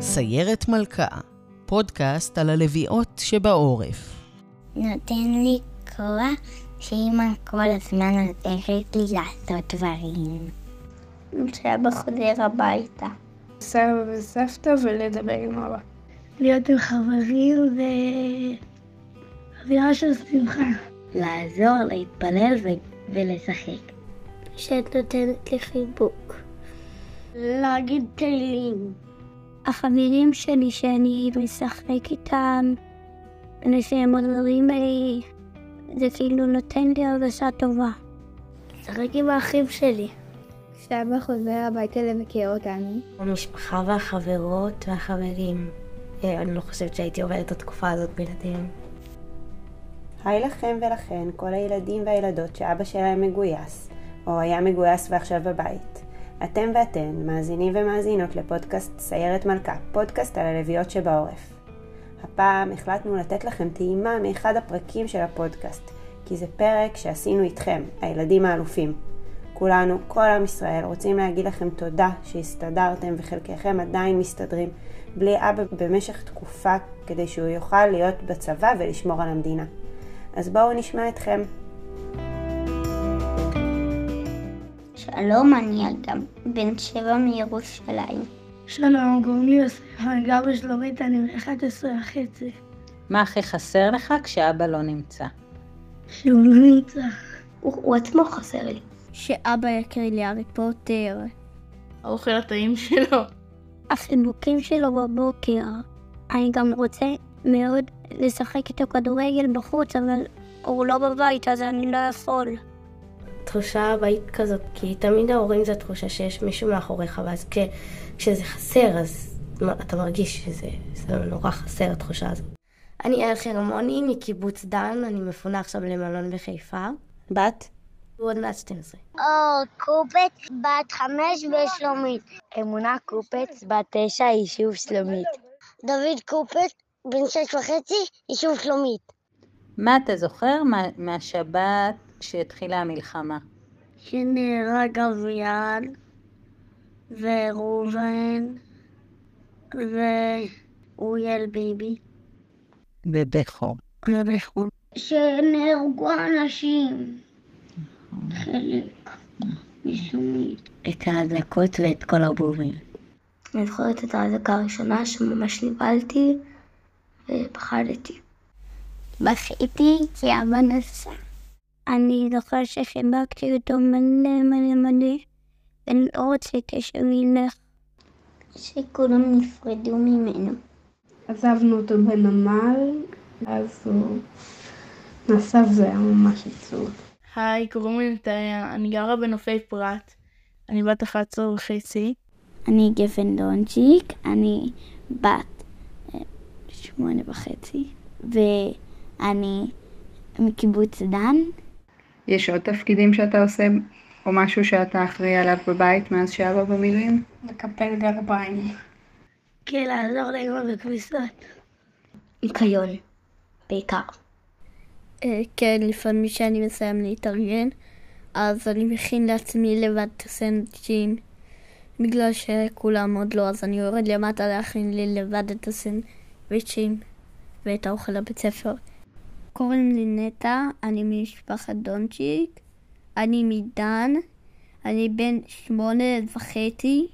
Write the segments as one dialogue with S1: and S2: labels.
S1: סיירת מלכה, פודקאסט על הלביאות שבעורף.
S2: נותן לי כוח שאימא כל הזמן עוזרת לי לעשות דברים.
S3: כשאבא חוזר הביתה.
S4: סבא וסבתא ולדבר עם אבא.
S5: להיות עם חברים ו... אווירה של שמחה.
S2: לעזור, להתפלל ו- ולשחק.
S3: שאת נותנת לי חיבוק.
S5: להגיד תהילים.
S3: החברים שלי שאני משחק איתם, אלה שהם עוזרים לי, זה כאילו נותן לי הרגשה טובה.
S5: לשחק עם האחים שלי.
S6: כשאבא חוזר הביתה לבקר אותנו.
S7: המשפחה והחברות והחברים. אה, אני לא חושבת שהייתי עוברת את התקופה הזאת בלעדיהם.
S8: היי לכם ולכן, כל הילדים והילדות שאבא שלהם מגויס, או היה מגויס ועכשיו בבית. אתם ואתן, מאזינים ומאזינות לפודקאסט סיירת מלכה, פודקאסט על הלוויות שבעורף. הפעם החלטנו לתת לכם טעימה מאחד הפרקים של הפודקאסט, כי זה פרק שעשינו איתכם, הילדים האלופים. כולנו, כל עם ישראל, רוצים להגיד לכם תודה שהסתדרתם וחלקכם עדיין מסתדרים בלי אבא במשך תקופה כדי שהוא יוכל להיות בצבא ולשמור על המדינה. אז בואו נשמע אתכם.
S2: שלום, אני אגם, בן שבע מירושלים.
S5: שלום, קוראים לי יוסף, אני גר בשלומית, אני בן 11 וחצי.
S9: מה הכי חסר לך כשאבא לא נמצא?
S5: שהוא לא נמצא.
S2: הוא, הוא עצמו חסר לי.
S3: שאבא יקריא לי הארי פוטר.
S4: האוכל הטעים שלו.
S3: החיבוקים שלו בבוקר. אני גם רוצה מאוד לשחק איתו כדורגל בחוץ, אבל הוא לא בבית, אז אני לא יכול.
S7: תחושה הבית כזאת, כי תמיד ההורים זה תחושה שיש מישהו מאחוריך, ואז כש, כשזה חסר, אז מ- אתה מרגיש שזה זה נורא חסר, התחושה הזאת. אני אל חרמוני מקיבוץ דן, אני מפונה עכשיו למלון בחיפה.
S8: בת?
S7: הוא עוד מעט 12.
S2: אור קופץ, בת חמש בשלומית. אמונה קופץ, בת תשע, יישוב שלומית. דוד קופץ, בן שש וחצי, יישוב שלומית.
S9: מה אתה זוכר מה, מהשבת כשהתחילה המלחמה?
S5: שנהרג אביעד, וראובן, ואוריאל ביבי.
S9: בבכור.
S5: ובחור.
S2: שנהרגו אנשים. חלק. משלומית.
S7: את ההדלקות ואת כל הבורים.
S3: אני זוכרת את ההזעקה הראשונה שממש נבהלתי ופחדתי.
S2: בכיתי כי אבא נסע.
S3: אני זוכר שחיבקתי אותו מלא מלא מלא, ואני לא רציתי שהוא ילך.
S2: שכולם נפרדו ממנו.
S4: עזבנו אותו בנמל, אז הוא נסע וזה היה ממש עצוב.
S10: היי, קוראים לי נתניה, אני גרה בנופי פרת, אני בת 11 וחצי.
S3: אני גפן דונצ'יק, אני בת אה, שמונה וחצי, ואני מקיבוץ דן.
S11: יש עוד תפקידים שאתה עושה, או משהו שאתה אחראי עליו בבית מאז שאבא במילואים?
S4: לקפל גרביים.
S5: כן, לעזור לאמא בכביסות.
S2: ניקיון. בעיקר.
S3: כן, לפעמים שאני מסיים להתארגן, אז אני מכין לעצמי לבד את הסנדוויצ'ים. בגלל שכולם עוד לא, אז אני יורד למטה להכין לי לבד את הסנדוויצ'ים ואת האוכל לבית ספר. קוראים לי נטע, אני ממשפחת דונצ'יק, אני מדן, אני בן שמונה וחצי.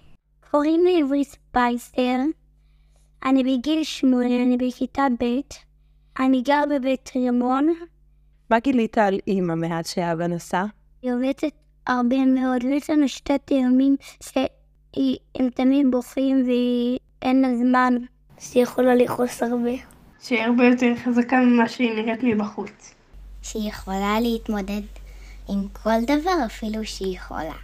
S3: קוראים לי עברי ספייסר, אני בגיל שמונה, אני בכיתה ב'. אני גר בבית רמון.
S7: מה גילית על אימא מאז שאבא נסע?
S3: היא עובדת הרבה מאוד. יש לנו שתי תאומים שהם תמיד בוכים ואין לה זמן. שהיא יכולה לכעוס הרבה.
S4: שהיא הרבה יותר חזקה ממה שהיא נראית מבחוץ.
S2: שהיא יכולה להתמודד עם כל דבר אפילו שהיא יכולה.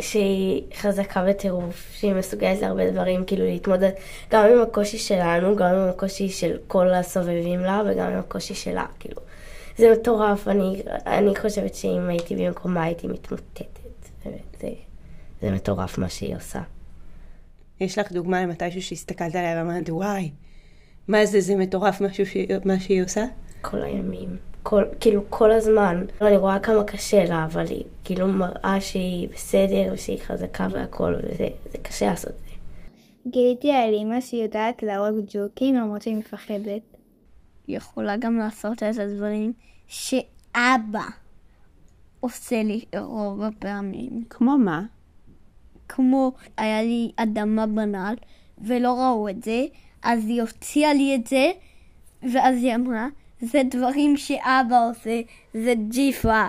S7: שהיא חזקה בטירוף, שהיא מסוגלת להרבה דברים, כאילו להתמודד גם עם הקושי שלנו, גם עם הקושי של כל הסובבים לה וגם עם הקושי שלה, כאילו. זה מטורף, אני, אני חושבת שאם הייתי במקומה הייתי מתמוטטת, באמת, זה, זה מטורף מה שהיא עושה.
S8: יש לך דוגמה למתישהו שהסתכלת עליה ואמרת, וואי, מה זה, זה מטורף משהו ש... מה שהיא עושה?
S7: כל הימים, כל, כאילו כל הזמן. אני רואה כמה קשה לה, אבל היא כאילו מראה שהיא בסדר ושהיא חזקה והכל, וזה זה קשה לעשות את זה.
S6: גיליתי על אמא שיודעת להרוג ג'וקים למרות שהיא מפחדת.
S3: היא יכולה גם לעשות את הדברים שאבא עושה לי רוב הפעמים.
S8: כמו מה?
S3: כמו היה לי אדמה בנעל ולא ראו את זה, אז היא הוציאה לי את זה, ואז היא אמרה, זה דברים שאבא עושה, זה ג'יפה.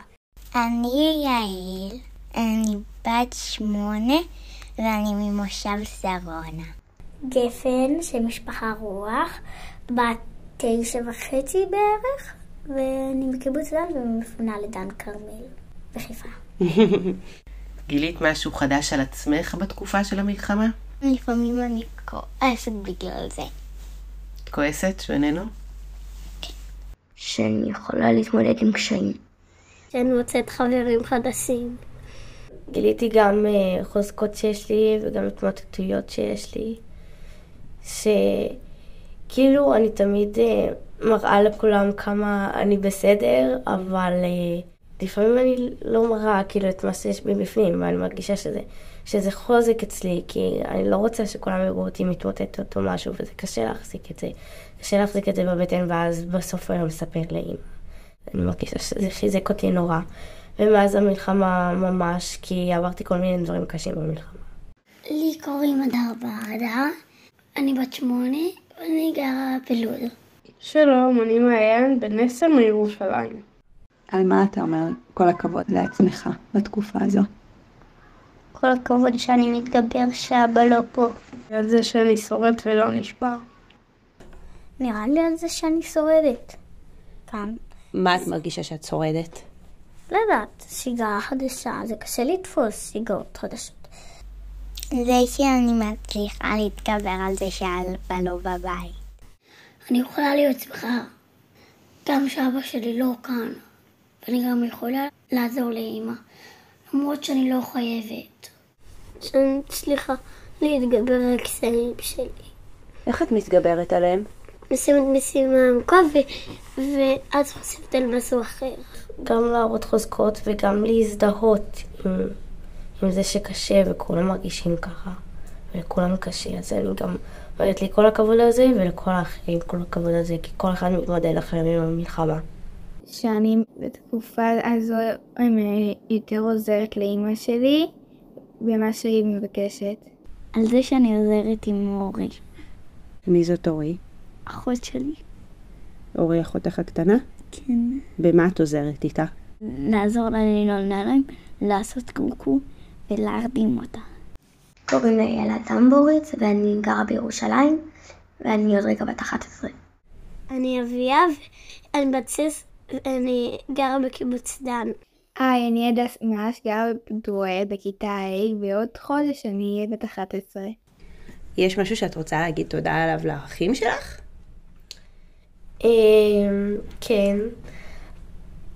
S12: אני יעל, אני בת שמונה ואני ממושב שרונה.
S13: גפן של משפחה רוח, בת תשע וחצי בערך, ואני מקיבוץ דן ומפונה לדן כרמל, בחיפה.
S14: גילית משהו חדש על עצמך בתקופה של המלחמה?
S12: לפעמים אני כועסת בגלל זה.
S14: את כועסת שאיננו?
S13: שאני יכולה להתמודד עם קשיים. שאני מוצאת חברים חדשים.
S7: גיליתי גם אה, חוזקות שיש לי וגם התמוטטויות שיש לי, שכאילו אני תמיד אה, מראה לכולם כמה אני בסדר, אבל אה, לפעמים אני לא מראה כאילו את מה שיש בי בפנים, ואני מרגישה שזה, שזה חוזק אצלי, כי אני לא רוצה שכולם יראו אותי מתמוטטת או משהו, וזה קשה להחזיק את זה. קשה להחזיק את זה בבטן, ואז בסוף לא היום לספר לאימא. אני מרגישה שזה חיזק אותי נורא. ומאז המלחמה ממש, כי עברתי כל מיני דברים קשים במלחמה.
S13: לי קוראים הדר ברדה, אני בת שמונה, ואני גרה בלוד.
S4: שלום, אני מעיין בן עשר מירושלים.
S11: על מה אתה אומר כל הכבוד לעצמך בתקופה הזו?
S13: כל הכבוד שאני מתגבר שאבא לא פה.
S4: על זה שאני שורד ולא נשבר.
S13: נראה לי על זה שאני שורדת. כאן.
S8: מה את מרגישה שאת שורדת?
S13: לא יודעת, סיגרה חדשה, זה קשה לתפוס סיגרות חדשות.
S12: זה שאני מצליחה להתגבר על זה שאלפה לא בבית.
S13: אני יכולה להיות שמחה, גם שאבא שלי לא כאן, ואני גם יכולה לעזור לאמא, למרות שאני לא חייבת. שאני מצליחה להתגבר על הקשיים שלי.
S8: איך את מתגברת עליהם?
S13: מסיימת משימה עמוקה, ו- ואז חושבת על משהו אחר.
S7: גם להראות חוזקות וגם להזדהות עם, עם זה שקשה וכולם מרגישים ככה ולכולם קשה, אז אני גם אומרת לי כל הכבוד על זה ולכל האחרים כל הכבוד על זה, כי כל אחד מתמודד אחר עם המלחמה.
S6: שאני בתקופה הזו אמ, יותר עוזרת לאימא שלי במה שהיא מבקשת.
S15: על זה שאני עוזרת עם אורי,
S8: מי זאת אורי?
S15: אחות שלי,
S8: אורי אחותך הקטנה?
S15: כן.
S8: במה את עוזרת איתה?
S15: לעזור לה לנעול נעליים, לעשות קוקו ולהרדים אותה.
S13: קוראים לי אלה טמבוריץ, ואני גרה בירושלים, ואני עוד רגע בת 11. אני אביה, ואני בת שש, ואני גרה בקיבוץ דן.
S6: היי, אני הדס מאש, גרה בדואל בכיתה ה', ועוד חודש אני אהיה בת 11.
S8: יש משהו שאת רוצה להגיד תודה עליו לאחים שלך?
S7: אמ, כן.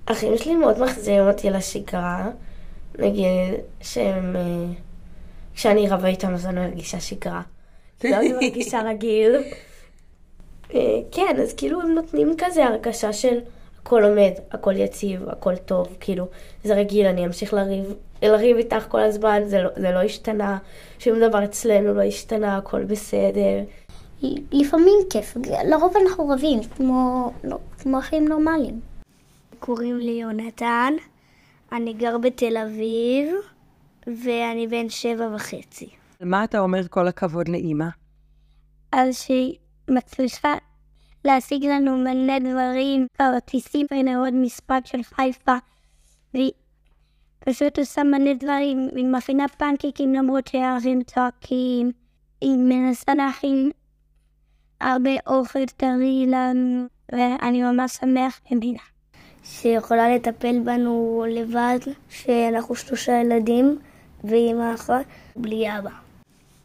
S7: אחים שלי מאוד מחזירים אותי לשגרה. נגיד שהם... אה, כשאני רבה איתם אז אני מרגישה שגרה. לא אני מרגישה רגיל. אה, כן, אז כאילו הם נותנים כזה הרגשה של הכל עומד, הכל יציב, הכל טוב, כאילו, זה רגיל, אני אמשיך לריב, לריב איתך כל הזמן, זה לא, זה לא השתנה, שום דבר אצלנו לא השתנה, הכל בסדר.
S13: לפעמים כיף, לרוב אנחנו רבים, כמו, לא, כמו אחים נורמליים.
S16: קוראים לי יונתן, אני גר בתל אביב, ואני בן שבע וחצי.
S17: על מה אתה אומר כל הכבוד לאימא?
S16: על שהיא מצליחה להשיג לנו מלא דברים, כרטיסים, הנה עוד משפט של חיפה, והיא פשוט עושה מלא דברים, היא מכינה פנקקים למרות שהערבים צועקים, היא מנסה להכין הרבה אוכל טרי לנו, ואני ממש שמח ממנה.
S13: שיכולה לטפל בנו לבד, שאנחנו שלושה ילדים ואימא אחת, בלי אבא.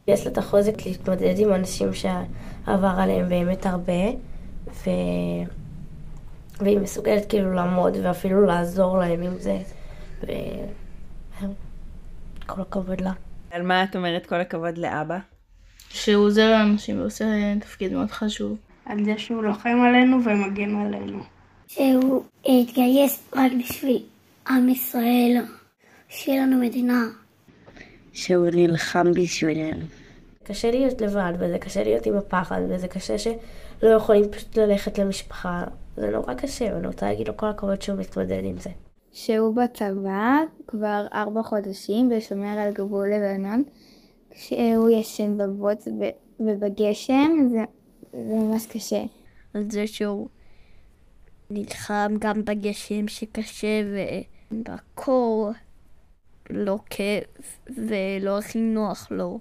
S7: יש לה את החוזק להתמודד עם אנשים שעבר עליהם באמת הרבה, ו... והיא מסוגלת כאילו לעמוד ואפילו לעזור להם עם זה, ו... כל הכבוד לה.
S17: על מה את אומרת כל הכבוד לאבא?
S10: שהוא עוזר לאנשים ועושה תפקיד מאוד חשוב.
S4: על זה שהוא לוחם עלינו ומגן עלינו.
S13: שהוא אה, התגייס רק בשביל עם ישראל, שיהיה לנו מדינה.
S16: שהוא נלחם בשבילנו.
S7: קשה להיות לבד, וזה קשה להיות עם הפחד, וזה קשה שלא יכולים פשוט ללכת למשפחה. זה נורא קשה, ואני רוצה להגיד לו כל הכבוד שהוא מתמודד עם זה.
S6: שהוא בצבא כבר ארבע חודשים ושומר על גבול לבנון. כשהוא ישן בבוץ ו- ובגשם זה, זה ממש קשה.
S3: על זה שהוא נלחם גם בגשם שקשה ובקור לא כיף ולא הכי נוח לו.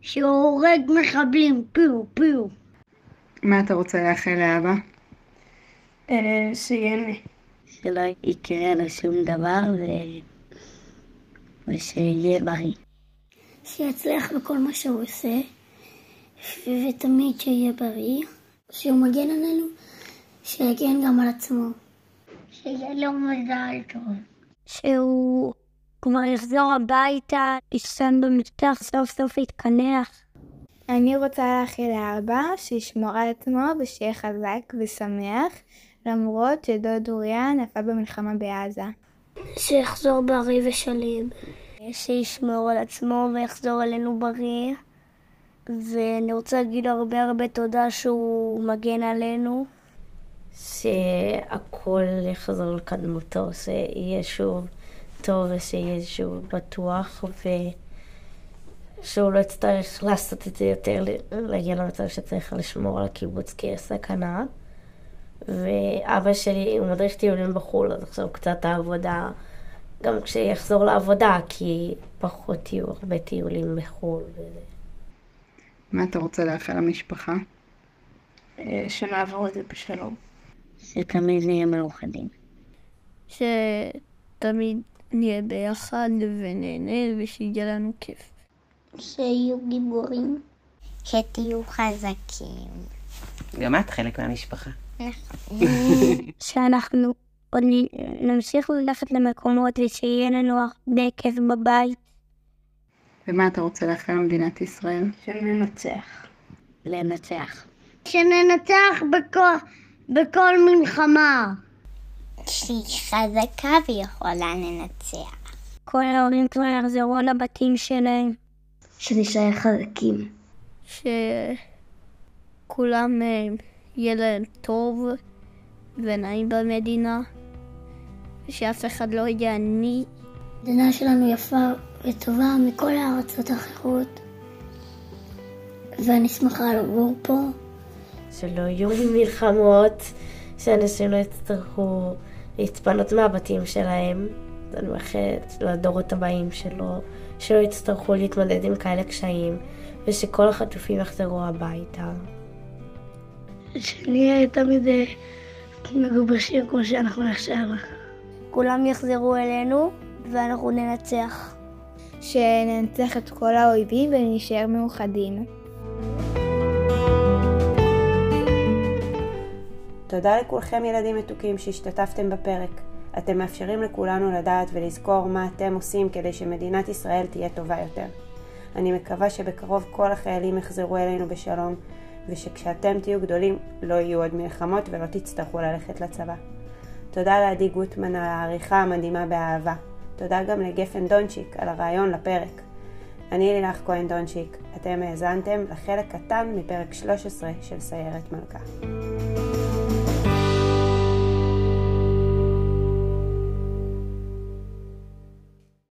S13: שהורג מחבלים, פיו, פיו.
S11: מה אתה רוצה לאחל לאבא?
S4: אה,
S5: שיהנה.
S13: שלא יקרה לו שום דבר ו- ושיהיה בריא.
S15: שיצליח בכל מה שהוא עושה,
S13: ו- ותמיד שיהיה בריא. שהוא מגן עלינו, שיגן גם על עצמו. שיהיה לו מזל טוב.
S16: שהוא כבר יחזור הביתה, ישן במפתח, סוף סוף יתקנח.
S6: אני רוצה לאחל לאבא שישמור על עצמו ושיהיה חזק ושמח, למרות שדוד אוריה נפל במלחמה בעזה.
S13: שיחזור בריא ושלם. שישמור על עצמו ויחזור אלינו בריא. ואני רוצה להגיד לו הרבה הרבה תודה שהוא מגן עלינו.
S7: שהכל יחזור לקדמותו, שיהיה שוב טוב ושיהיה שוב בטוח, ושהוא לא יצטרך לעשות את זה יותר, להגיע למצב שצריך לשמור על הקיבוץ כי יש סכנה. ואבא שלי הוא מדריך טיולים בחו"ל, אז עכשיו קצת העבודה, גם כשיחזור לעבודה, כי פחות יהיו הרבה טיולים בחו"ל. וזה.
S11: מה אתה רוצה לאחל למשפחה?
S5: אה, שנעבור את זה בשלום.
S13: שתמיד נהיה מאוחדים.
S3: שתמיד נהיה ביחד ונהנה ושיהיה לנו כיף.
S12: שיהיו גיבורים. שתהיו חזקים.
S14: גם את חלק מהמשפחה.
S16: שאנחנו עוד נ- נמשיך ללכת למקומות ושיהיה לנו הרבה כיף בבית.
S11: ומה אתה רוצה לאחל למדינת ישראל?
S5: שננצח.
S13: לנצח. שננצח בכל, בכל מלחמה.
S12: שהיא חזקה ויכולה לנצח.
S16: כל ההורים כבר יחזרו לבתים שלהם.
S13: שנשאר חזקים.
S3: שכולם אה, יהיה להם טוב ונעים במדינה, ושאף אחד לא יהיה עני.
S13: המדינה שלנו יפה וטובה מכל הארצות האחרות, ואני שמחה לגור פה.
S7: שלא יהיו מלחמות, שאנשים לא יצטרכו להתפנות מהבתים שלהם. אני מאחלת לדורות הבאים שלו, שלא יצטרכו להתמודד עם כאלה קשיים, ושכל החטופים יחזרו הביתה.
S5: שנהיה תמיד אה, מגובשים כמו שאנחנו עכשיו.
S13: כולם יחזרו אלינו, ואנחנו ננצח.
S6: שננצח את כל האויבים ונשאר מאוחדים.
S8: תודה לכולכם ילדים מתוקים שהשתתפתם בפרק. אתם מאפשרים לכולנו לדעת ולזכור מה אתם עושים כדי שמדינת ישראל תהיה טובה יותר. אני מקווה שבקרוב כל החיילים יחזרו אלינו בשלום, ושכשאתם תהיו גדולים לא יהיו עוד מלחמות ולא תצטרכו ללכת לצבא. תודה לעדי גוטמן על העריכה המדהימה באהבה. תודה גם לגפן דונצ'יק על הרעיון לפרק. אני לילך כהן דונצ'יק, אתם האזנתם לחלק קטן מפרק 13 של סיירת מלכה.